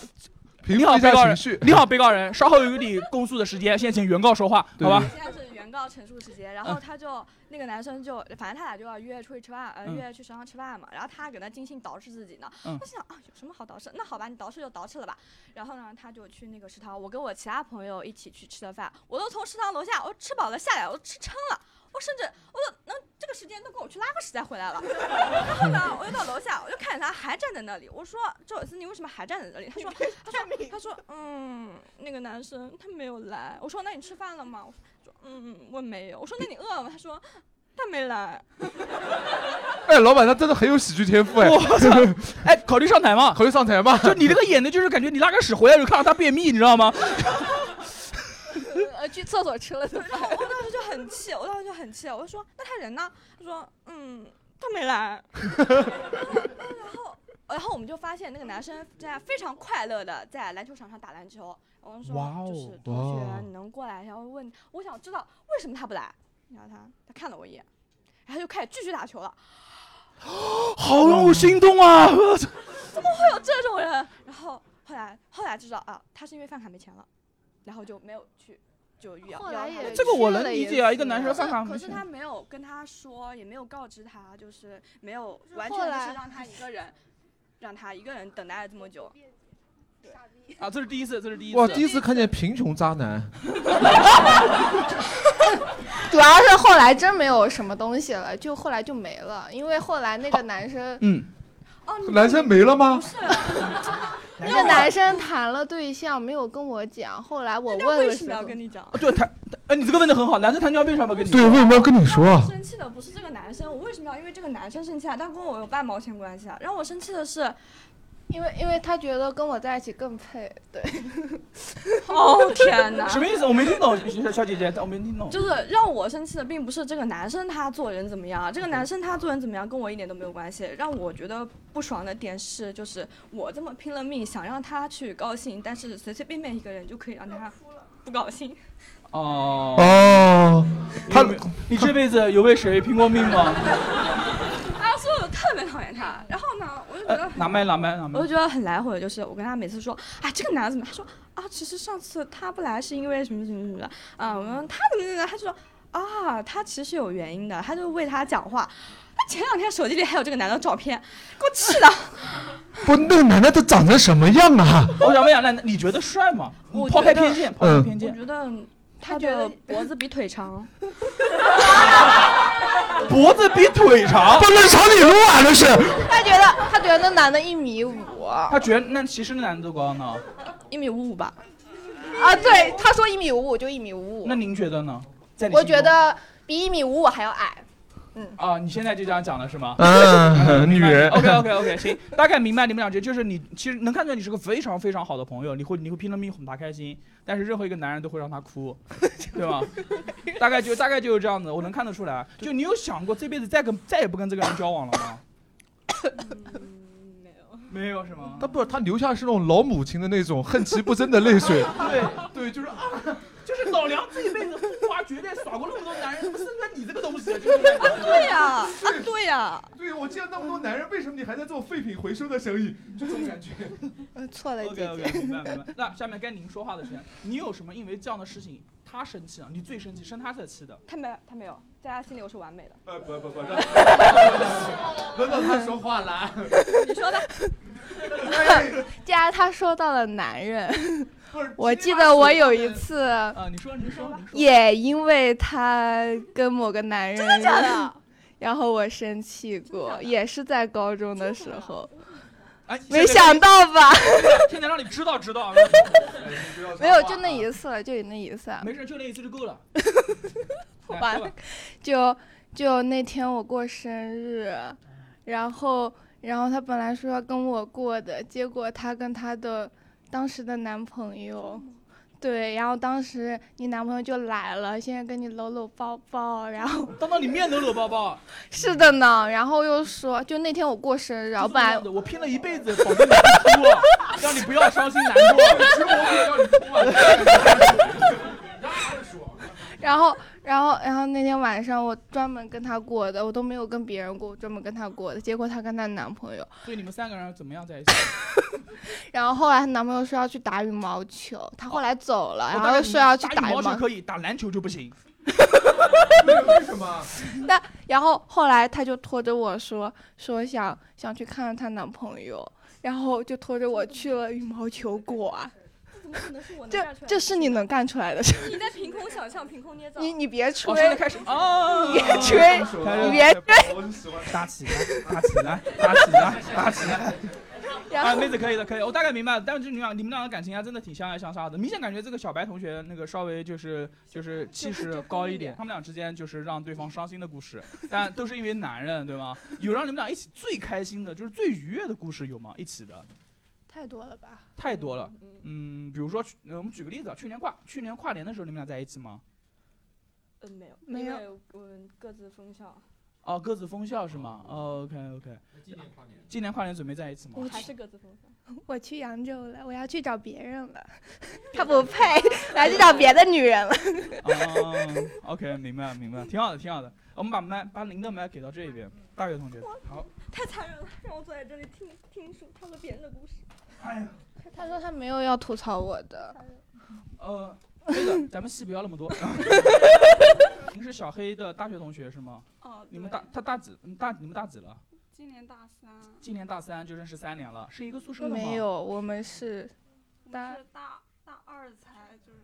平
你好
复一
被
下
告
情
人
绪，
你好被告人，稍后有你公诉的时间，先请原告说话，好吧？
现在是原告陈述时间，然后
嗯
他就那个男生就，反正他俩就要约出去吃饭，呃，
嗯
约去食堂吃饭嘛。然后他搁那精心捯饬自己呢，
嗯
我心想啊，有什么好捯饬？那好吧，你捯饬就捯饬了吧。然后呢，他就去那个食堂，我跟我其他朋友一起去吃的饭，我都从食堂楼下，我吃饱了下来，我都吃撑了。我甚至我都能这个时间都够我去拉个屎再回来了。然后呢，我就到楼下，我就看见他还站在那里。我说：“周尔斯，你为什么还站在那里？”他说：“他说他说嗯，那个男生他没有来。”我说：“那你吃饭了吗？”我说：“嗯，我没有。”我说：“那你饿吗？”他说：“他没来。
哎，老板他真的很有喜剧天赋哎！
我 操！哎，考虑上台吗？
考虑上台吗？
就你这个演的，就是感觉你拉个屎回来就看到他便秘，你知道吗？
呃，去厕所吃了顿
然后我当时就很气，我当时就很气，我就说：“那他人呢？”他说：“嗯，他 没来。”呃然后我们就发现那个男生在非常快乐的在篮球场上打篮球。我们说
哇哦
就是
哇
同
哦
学，你能过来？然后问，我想知道为什么他不来。然后他他看了我一眼，然后就开始继续打球了。
好让我心动啊！我操！
怎么会有这种人？然后后来后来知道啊，他是因为饭卡没钱了，然后就没有去。就要
后来
要他
也
这个我能理解啊一个男生
可是
饭卡没
可是
钱
他没有跟他说，也没有告知他，就是没有完全
后
就
来
是让他一个人，让他一个人等待了这 么久。对
啊，这是第一次，这是第一次。
哇，第一次看见贫穷渣男，
主要是后来真没有什么东西了，就后来就没了，因为后来那个男生，
嗯，
哦
男生没了吗？
那个男生谈了对象没有跟我讲，后来我问了
为什么要跟你讲？
对他，哎，你这个问的很好，男生谈恋爱为什么要跟你说？
你说啊
生气的不是这个男生，我为什么要因为这个男生生气啊？他跟我有半毛钱关系啊。让我生气的是，
因为因为他觉得跟我在一起更配，对。
哦天 哪！
什么意思？我没听懂，小小姐姐，我没听懂。
就是让我生气的，并不是这个男生他做人怎么样，啊这个男生他做人怎么样跟我一点都没有关系。让我觉得不爽的点是，就是我这么拼了命想让他去高兴，但是随随便便一个人就可以让他不高兴。
哦
哦，
他，你这辈子有为谁拼过命吗？
啊，所以我特别讨厌他。然后呢，我就觉得
拿麦，拿麦，拿麦
我就。觉得很来回，就是我跟他每次说，啊，这个男的怎么？他说啊，其实上次他不来是因为什么什么什么的，啊，我们他怎么怎么的，他就说啊，他其实有原因的，他就为他讲话。他前两天手机里还有这个男的照片，给我气的。
不，那个男的都长成什么样啊？
我想问一下，那你觉得帅吗？
我
嗯抛
觉
开
得
偏见，抛开
嗯
偏见
我。觉得他的脖子比腿长。
脖子比腿长，
不能朝你撸啊，那是。
他觉得他觉得那男的一米五，
啊他觉得那其实那男的多高呢？
一米五五吧。
啊，对，他说一米五五就一米五五
那，您觉得呢？在你
我
心中
觉得比一米五五还要矮。
啊，你现在就这样讲了是吗？
嗯，女人。
OK OK OK，行，大概明白你们俩这就是你其实能看出来你是个非常非常好的朋友，你会你会拼了命哄他开心，但是任何一个男人都会让他哭，对吧？大概就大概就是这样子，我能看得出来。啊就你有想过这辈子再跟再也不跟这个人交往了吗？没有是吗？
他不是，他流下是那种老母亲的那种恨其不争的泪水。
对对，就是啊，就是老娘这一辈子风花绝代，耍过那么多男人，怎么剩下你这个东西啊？就是那种
啊，对呀。
对，我见那么多男人，为什么你还在做废品回收的生意？就这种感觉。
错了，
OK OK，明白明白。那下面该您说话的时间，你有什么因为这样的事情他生气了，你最生气，生他才气的？
他没有，他没有，在他心里我是完美的。
呃，不不不，让
轮到他说话了。
你说的。
既然他说到了男人，我记
妈
得我
说
有
的
一次，
啊，你说你说你说，
也因为他跟某个男人，真的
假的？
然后我生气过，也是在高中的啊时候。
哎，
没想到吧？
现在让你知道知道。
没有，就那一次了，就那一次啊。
啊没事，就那一次就够了。
完了， 就就那天我过生日，然后然后她本来说要跟我过的，结果她跟她的当时的男朋友，对，然后当时你男朋友就来了，现在跟你搂搂抱抱，然后
当当你面搂搂抱抱，
是的呢，然后又说就那天我过生日，然后本来
我拼了一辈子保证你不哭啊，让你不要伤心难过，直播我也让你哭啊。
然后，然后，然后那天晚上我专门跟她过的，我都没有跟别人过，我专门跟她过的。结果她跟她男朋友，
所以你们三个人怎么样在一起？
然后后来她男朋友说要去打羽毛球，她后来走了，
哦我
然
大概
后
明
说要去
打
打
羽
毛
毛球
球。
可以，打篮球就不行。为什么？
那然后后来她就拖着我说说想想去看看她男朋友，然后就拖着我去了羽毛球馆。
怎么可能是我能
这
干出来的
这是你能干出来的事。
你在凭空想象、凭空捏造。
你你别吹，
哦现在开始哦
你别吹，你别吹。
打起来，打起来，打起来，打起来。
然后
啊，妹子可以的，可以的，我大概明白了。但是你们俩，你们俩的感情还啊真的挺相爱相杀的，明显感觉这个小白同学那个稍微就是就是气势高一点，他们俩之间就是让对方伤心的故事，但都是因为男人，对吗？有让你们俩一起最开心的，就是最愉悦的故事有吗？一起的
太多了吧？
太多了，嗯，比如说去，呃我们举个例子啊，去年跨去年跨年的时候，你们俩在一起吗？
嗯，没有，
没
因
有
为我们各自封校，
哦，各自封校是吗、o 哦 k OK。今年跨年，今年跨年准备在一起吗？
我
还
去
是各自封校。
我去扬州了，我要去找别人了，他不配，我要去找别的女人了。
哦 OK，明 白了明白了，挺好的，挺好的。我们把麦，把您的麦给到这一边，大学同学。好，
太残忍了，让我坐在这里听听说他说别人的故事。
哎呀，
他说他没有要吐槽我的，
呃，这个咱们戏不要那 么多。您是小黑的大学同学是吗？
哦，
你们大他大几？你大你们大几了？
今年大三，
今年大三就认识三年了，是一个宿舍的吗？
没有，我们是
我们是大大二才就是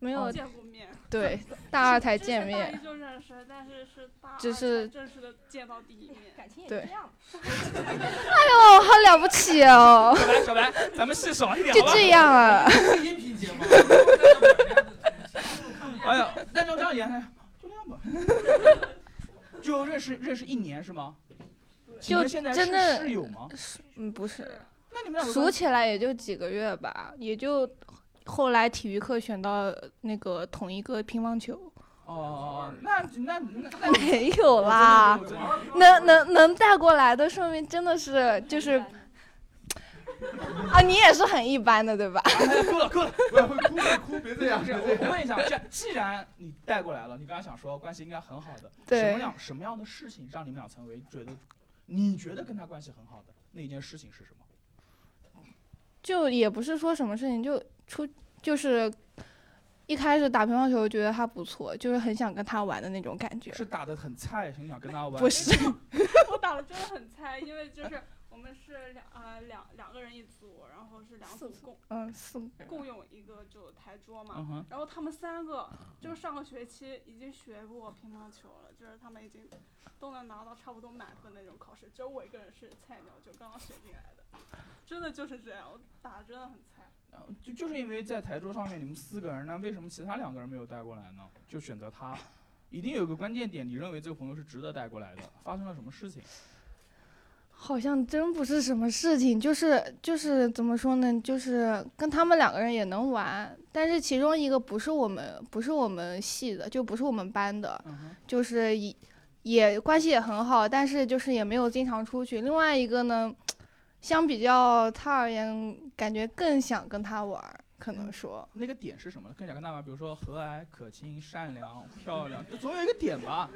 没有
见过面。
对大二才见面
之前大一就认识，但是是大二
只是
才正式的见到第一面，感情
对。哎
样。
呦，好了不起哦！
小白小白，咱们戏少一点。
就
好吧
这样啊
音频节目。 哎呀，那就这样演， 就这样吧。就认识认识一年是吗？你
就
们现在是
真的
室友吗？
嗯，不是，
那你们俩
数起来也就几个月吧，也就后来体育课选到那个同一个乒乓球。
哦，那那那那
没有啦，能能能带过来的，说明真的是就是，啊，你也是很一般的，对吧？
够 了够了，
我也会哭会哭，别这样。
不是
别这
我
样
问一下，既然既然你带过来了，你刚才想说关系应该很好的，
对
什么样什么样的事情让你们俩成为觉得你觉得跟他关系很好的那一件事情是什么？
就也不是说什么事情，就出就是一开始打乒乓球，觉得他不错，就是很想跟他玩的那种感觉。
是打得很菜，很想跟他玩。
不是，
我打的真的很菜，因为就是我们是两呃两两个人一组，然后是两组共
嗯四个人
共用一个就台桌
嗯
嘛
哼，
然后他们三个就是上个学期已经学过乒乓球了，就是他们已经都能拿到差不多满分那种考试，只有我一个人是菜鸟，就刚刚学进来的，真的就是这样，我打的真的很菜。
就就是因为在台桌上面你们四个人，那为什么其他两个人没有带过来呢？就选择他， 一定有一个关键点，你认为这个朋友是值得带过来的，发生了什么事情？
好像真不是什么事情，就是就是怎么说呢，就是跟他们两个人也能玩，但是其中一个不是我们不是我们系的，就不是我们班的，
嗯
就是也也关系也很好，但是就是也没有经常出去。另外一个呢，相比较他而言，感觉更想跟他玩儿，可
嗯
能说。
那个点是什么呢？更想跟他玩，比如说和蔼可亲、善良、漂亮， 这总有一个点吧，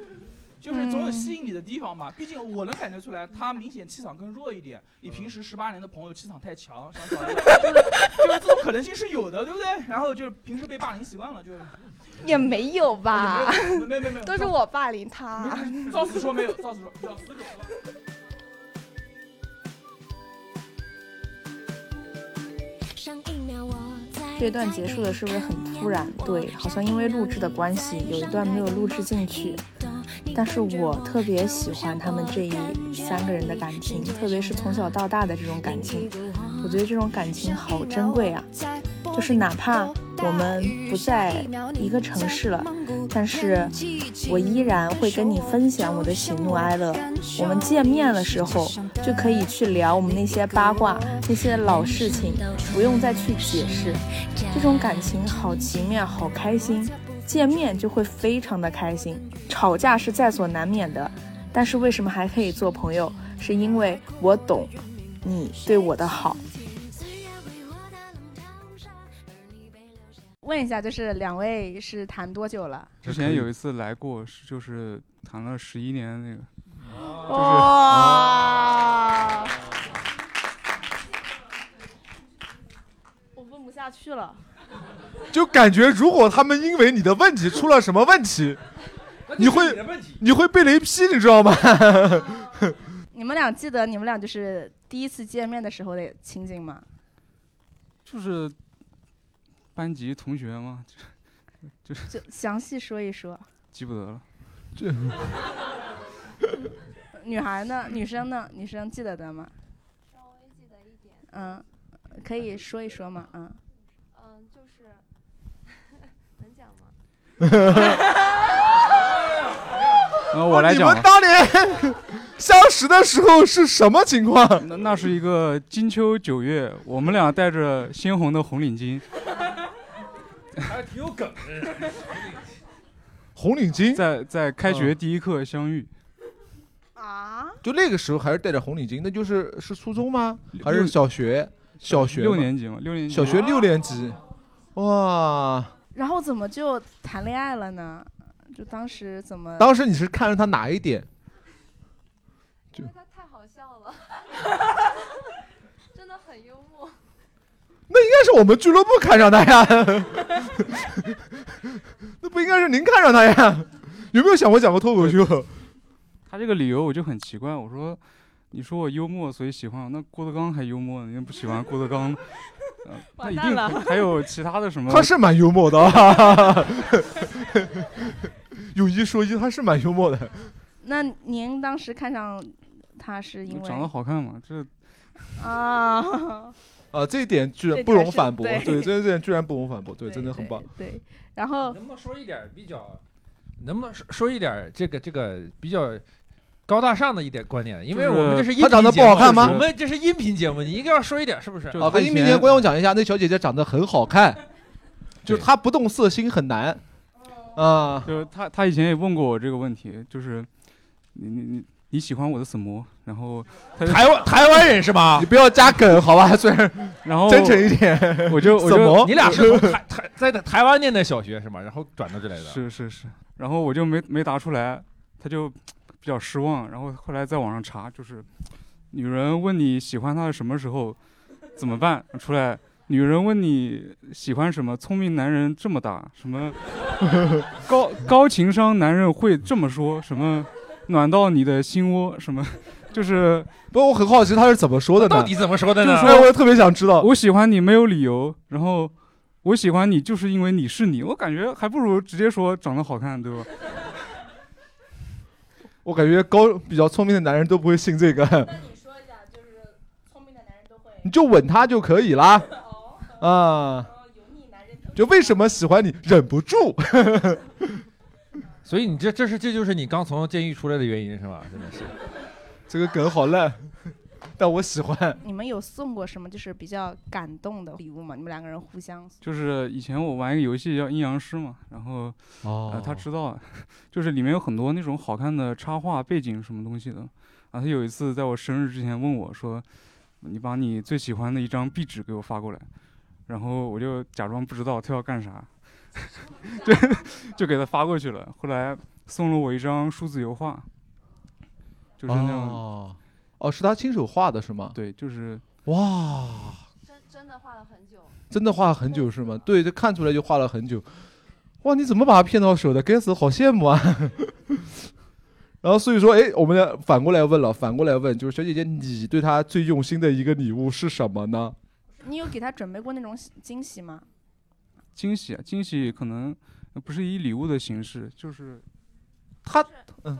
就是总有吸引你的地方
嗯
吧。毕竟我能感觉出来，他明显气场更弱一点。你平时十八年的朋友 气场太强，想找一个就是就是这种可能性是有的， 对不对？然后就是平时被霸凌习惯了，就是
也没有吧，
哦没有没有没有
都是我霸凌他。
照此说没有，照此说有死狗。
这段结束的是不是很突然？对，好像因为录制的关系，有一段没有录制进去。但是我特别喜欢他们这一三个人的感情，特别是从小到大的这种感情，我觉得这种感情好珍贵啊！就是哪怕我们不在一个城市了，但是我依然会跟你分享我的喜怒哀乐。我们见面的时候就可以去聊我们那些八卦、那些老事情，不用再去解释。这种感情好奇妙，好开心，见面就会非常的开心。吵架是在所难免的，但是为什么还可以做朋友？是因为我懂你对我的好。
问一下，就是两位是谈多久了？
之前有一次来过，是就是谈了十一年那个，
哦
哦
哇！我问不下去了。
就感觉如果他们因为你的问题出了什么问题，你会你会被雷劈，你知道吗？
你们俩记得你们俩就是第一次见面的时候的情景吗？
就是班级同学嘛，就就是
就详细说一说。
记不得了。
这
女孩呢？女生呢？女生记得的吗？嗯，可以说一说吗？嗯，
嗯，就是能讲吗？
然后我
啊
来讲吧。
你们当年相识的时候是什么情况？
那那是一个金秋九月，我们俩戴着鲜红的红领巾，
还挺有梗。
红领巾嗯
在在开学第一课相遇，
就那个时候还是戴着红领巾，那就是是初中吗？还是小学？小学
六
吗
年级嘛，六年级
小学六年级，哇！
然后怎么就谈恋爱了呢？就当时怎
呃
么？
当时你是看上他哪一点？
因哎为他太好笑 了，真的很幽默。
那应该是我们俱乐部看上他呀， 那不应该是您看上他呀？有没有想过讲过脱口秀？
他这个理由我就很奇怪，我说你说我幽默，所以喜欢我，那郭德纲还幽默呢，你不喜欢郭德 纲吗？呃那
完
一
蛋
定
了
还还有其他的什么？
他是蛮幽默的、啊， 有一说一，他是蛮幽默的。
那您当时看上他是因为
长得好看嘛，这
啊？
啊，这一点居然
这
不
点
容
是
反驳，
对
对，这这点居然不容反驳，对，真的很棒。
对，然后
能不能说一点比较？能不能说说一点这个这个比较高大上的一点观点，因为
就是
我们这是音
她长得
频节
不
目
好看吗
我们这是音频节目，你应该要说一点，是不是？
啊，跟音频节目观众讲一下，那小姐姐长得很好看，就是她不动色心很难。啊，
就是他他以前也问过我这个问题，就是你你你你喜欢我的什么？然后他就
台湾台湾人是吧？
你不要加梗好吧？虽然然后
真诚一点
我就我
怎么
就
你俩是从台台在台湾念的小学是吗？然后转到这来的。
是是是，然后我就没没答出来，他就比较失望。然后后来在网上查，就是女人问你喜欢她的什么时候怎么办？出来，女人问你喜欢什么？聪明男人这么大，什 么高高情商男人会这么说？什么暖到你的心窝？什么？就是
不，我很好奇他是 怎么说的呢
到底怎么说的
就
呢
是
哎我特别想知道。
我喜欢你没有理由，然后我喜欢你就是因为你是你，我感觉还不如直接说长得好看，对吧？
我感觉高比较聪明的男人都不会信这个。你就吻她就可以啦。啊，就为什么喜欢你，忍不 住。
所以你这这是这就是你刚从监狱出来的原因是吧？真的是，
这个梗好烂，但我喜欢。
你们有送过什么就是比较感动的礼物吗？你们两个人互相
就是以前我玩一个游戏叫阴阳师嘛，然后
哦
呃他知道， 就是里面有很多那种好看的插画背景什么东西的，啊，他有一次在我生日之前问我说，你把你最喜欢的一张壁纸给我发过来，然后我就假装不知道他要干啥， 就就给他发过去了，后来送了我一张数字油画，就是那种
哦哦，是他亲手画的是吗？
对，就是
哇，真真的画了很久，真的画了很久是吗？对，这看出来就画了很久。哇，你怎么把他骗到手的？该死，好羡慕啊！ 然后所以说，哎，我们俩反过来问了，反过来问，就是小姐姐，你对他最用心的一个礼物是什么呢？
你有给他准备过那种喜惊喜吗？
惊喜啊，惊喜可能呃不是以礼物的形式，就是
他
嗯，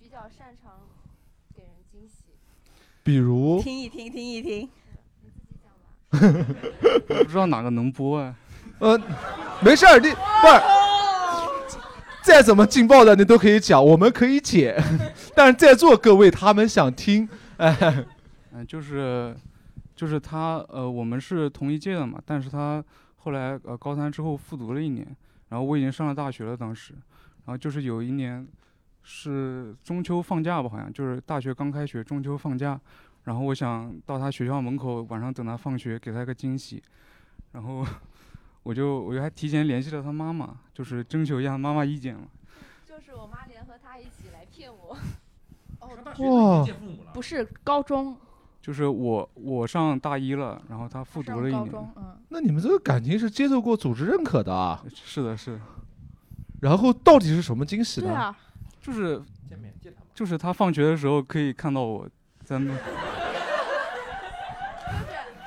比较擅长给人惊喜。
比
哦
如
听一听，听一听。
我不知道哪个能播啊。
呃，没事儿，你不是，再怎么劲爆的你都可以讲，我们可以剪， 但是在座各位他们想听，哎，
嗯，就是就是他呃，我们是同一届的嘛，但是他后来呃高三之后复读了一年，然后我已经上了大学了，当时，然后就是有一年是中秋放假吧，好像就是大学刚开学，中秋放假，然后我想到他学校门口晚上等他放学，给他个惊喜，然后我就我就还提前联系了他妈妈，就是征求一下妈妈意见嘛。
就是我妈联合他一起来骗我。
哇
哦不是高中，
就是我我上大一了，然后他复读了一
高
年，
中，嗯，
那你们这个感情是接受过组织认可的啊？
是的，是。
然后到底是什么惊喜呢？
对啊，
就是就是他放学的时候可以看到我 在那。啊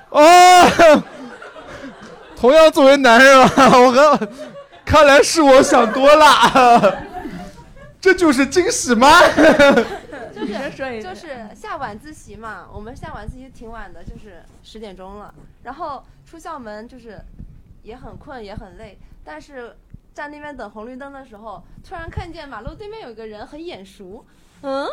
哦，同样作为男人啊， 我和看来是我想多了， 这就是惊喜 吗？
啊
就是就是下晚自习嘛，我们下晚自习挺晚的，就是十点钟了。然后出校门就是也很困也很累，但是站那边等红绿灯的时候，突然看见马路对面有一个人很眼熟，嗯，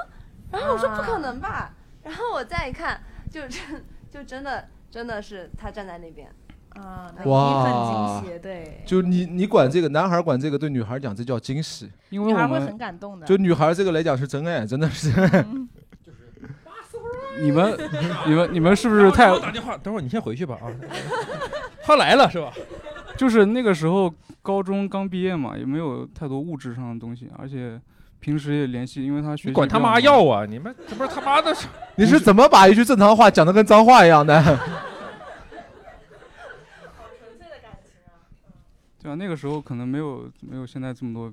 然后我说
啊
不可能吧， 然后我再一看，就真就真的真的是他站在那边，嗯
啊，
哇，
喜对
就你你管这个，男孩管这个，对女孩讲这叫惊喜，
因
女孩会很感动的。嗯
就女孩这个来讲是真爱，真的是真爱。
你们你们你们是不是太？
打电话，等会儿你先回去吧 啊。他来了是吧？
就是那个时候高中刚毕业嘛，也没有太多物质上的东西，而且平时也联系，因为他学习
管
比
他
较
妈
忙
要啊！你们这不是他妈的是？
你是怎么把一句正常话讲的跟脏话一样的？
对啊，那个时候可能没有没有现在这么多，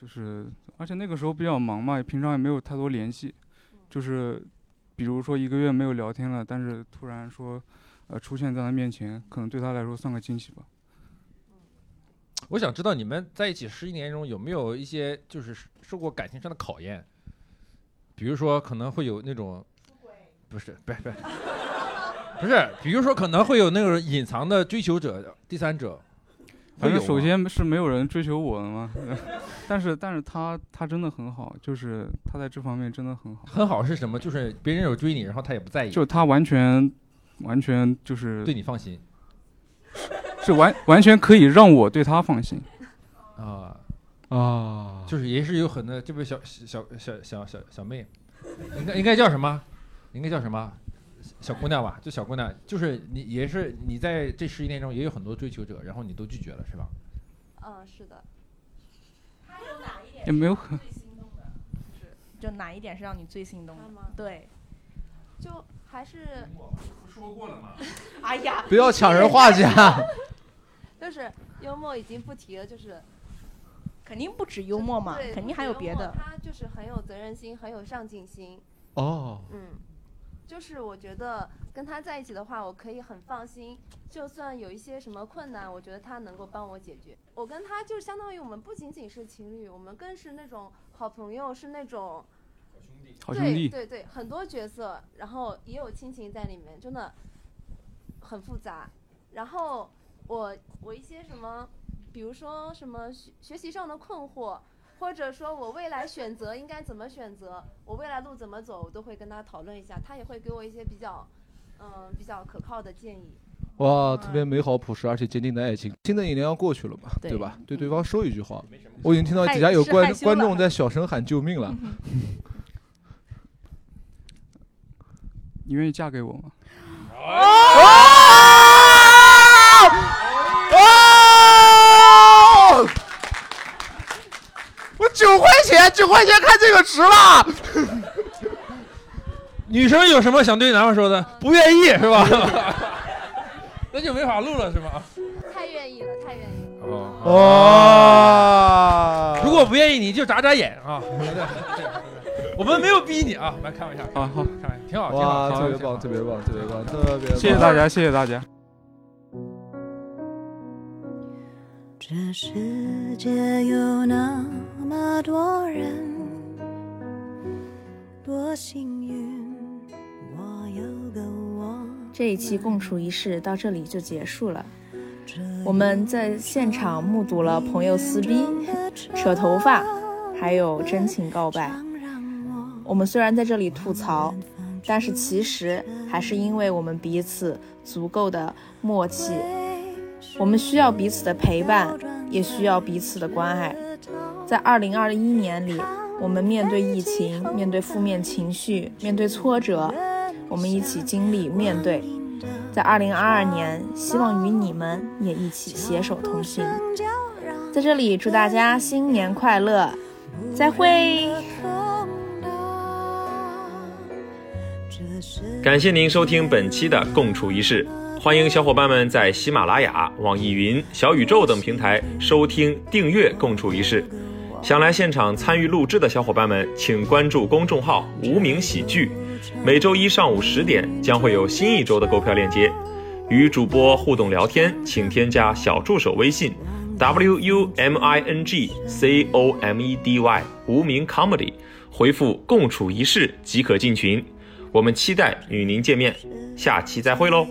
就是而且那个时候比较忙嘛，平常也没有太多联系，就是比如说一个月没有聊天了，但是突然说，呃，出现在他面前，可能对他来说算个惊喜吧。
我想知道你们在一起十一年中有没有一些就是受过感情上的考验，比如说可能会有那种，不是，不是，不是，不是，比如说可能会有那种隐藏的追求者、第三者，
反
会有
正
吗
首先是没有人追求我的嘛，但是但是他他真的很好，就是他在这方面真的很好，
很好是什么？就是别人有追你，然后他也不在意，
就他完全完全就是
对你放心
是完完全可以让我对他放心。
啊
啊，
就是也是有很多这位小小小小小小妹，应该应该叫什么？应该叫什么？小姑娘吧，就小姑娘，就是你也是你在这十一年中也有很多追求者，然后你都拒绝了是吧？
嗯，是的。
也没有很
就哪一点是让你最心动的？对，
就还是
说过了吗？
哎呀，
不要抢人话讲。
就是幽默已经不提了，就是
肯定不止幽默嘛
对，
啊肯定还有
幽
别
默
的。
他就是很有责任心，很有上进心。
哦，
嗯，就是我觉得跟他在一起的话，我可以很放心，就算有一些什么困难，我觉得他能够帮我解决。我跟他就相当于我们不仅仅是情侣，我们更是那种好朋友，是那种
好兄弟
对对对，很多角色，然后也有亲情在里面，真的很复杂。然后我我一些什么，比如说什么学学习上的困惑，或者说我未来选择应该怎么选择，我未来路怎么走，我都会跟他讨论一下，他也会给我一些比较嗯比较可靠的建议。
哇，特别美好、朴实而且坚定的爱情。新的一年要过去了嘛，
对
对吧？对对
嗯
方说一句话。我已经听到
害
底下有
是
观
害羞
观
了
众在小声喊救命
嗯
了。
你愿意嫁给我吗？
哦！我九块钱，九块钱看这个值了。
女生有什么想对男生说的？不愿意是吧？ 那就没法录了是吧？
太愿意了，太愿意了。
哦，
哦如果不愿意你就眨眨眼啊。 我们没有逼你啊，来开玩笑。
啊好，
开玩笑，挺好，挺
哇，
好，
啊特别
挺好
棒，特别棒，特别棒，特别棒！
谢谢大家，谢谢大家。
这世界有那么多人，多幸运，我有个我。
这一期共处一室到这里就结束了。我们在现场目睹了朋友撕逼、扯头发，还有真情告白。我们虽然在这里吐槽，但是其实还是因为我们彼此足够的默契，我们需要彼此的陪伴，也需要彼此的关爱。在二零二一年里，我们面对疫情，面对负面情绪，面对挫折，我们一起经历面对。在二零二二年，希望与你们也一起携手同行。在这里祝大家新年快乐，再会。
感谢您收听本期的《共处一室》，欢迎小伙伴们在喜马拉雅、网易云、小宇宙等平台收听、订阅《共处一室》。想来现场参与录制的小伙伴们，请关注公众号“无名喜剧”，每周一上午十点将会有新一周的购票链接。与主播互动聊天，请添加小助手微信 w u m i n g c o m e d y 无名 comedy，回复“共处一室”即可进群。我们期待与您见面，下期再会喽。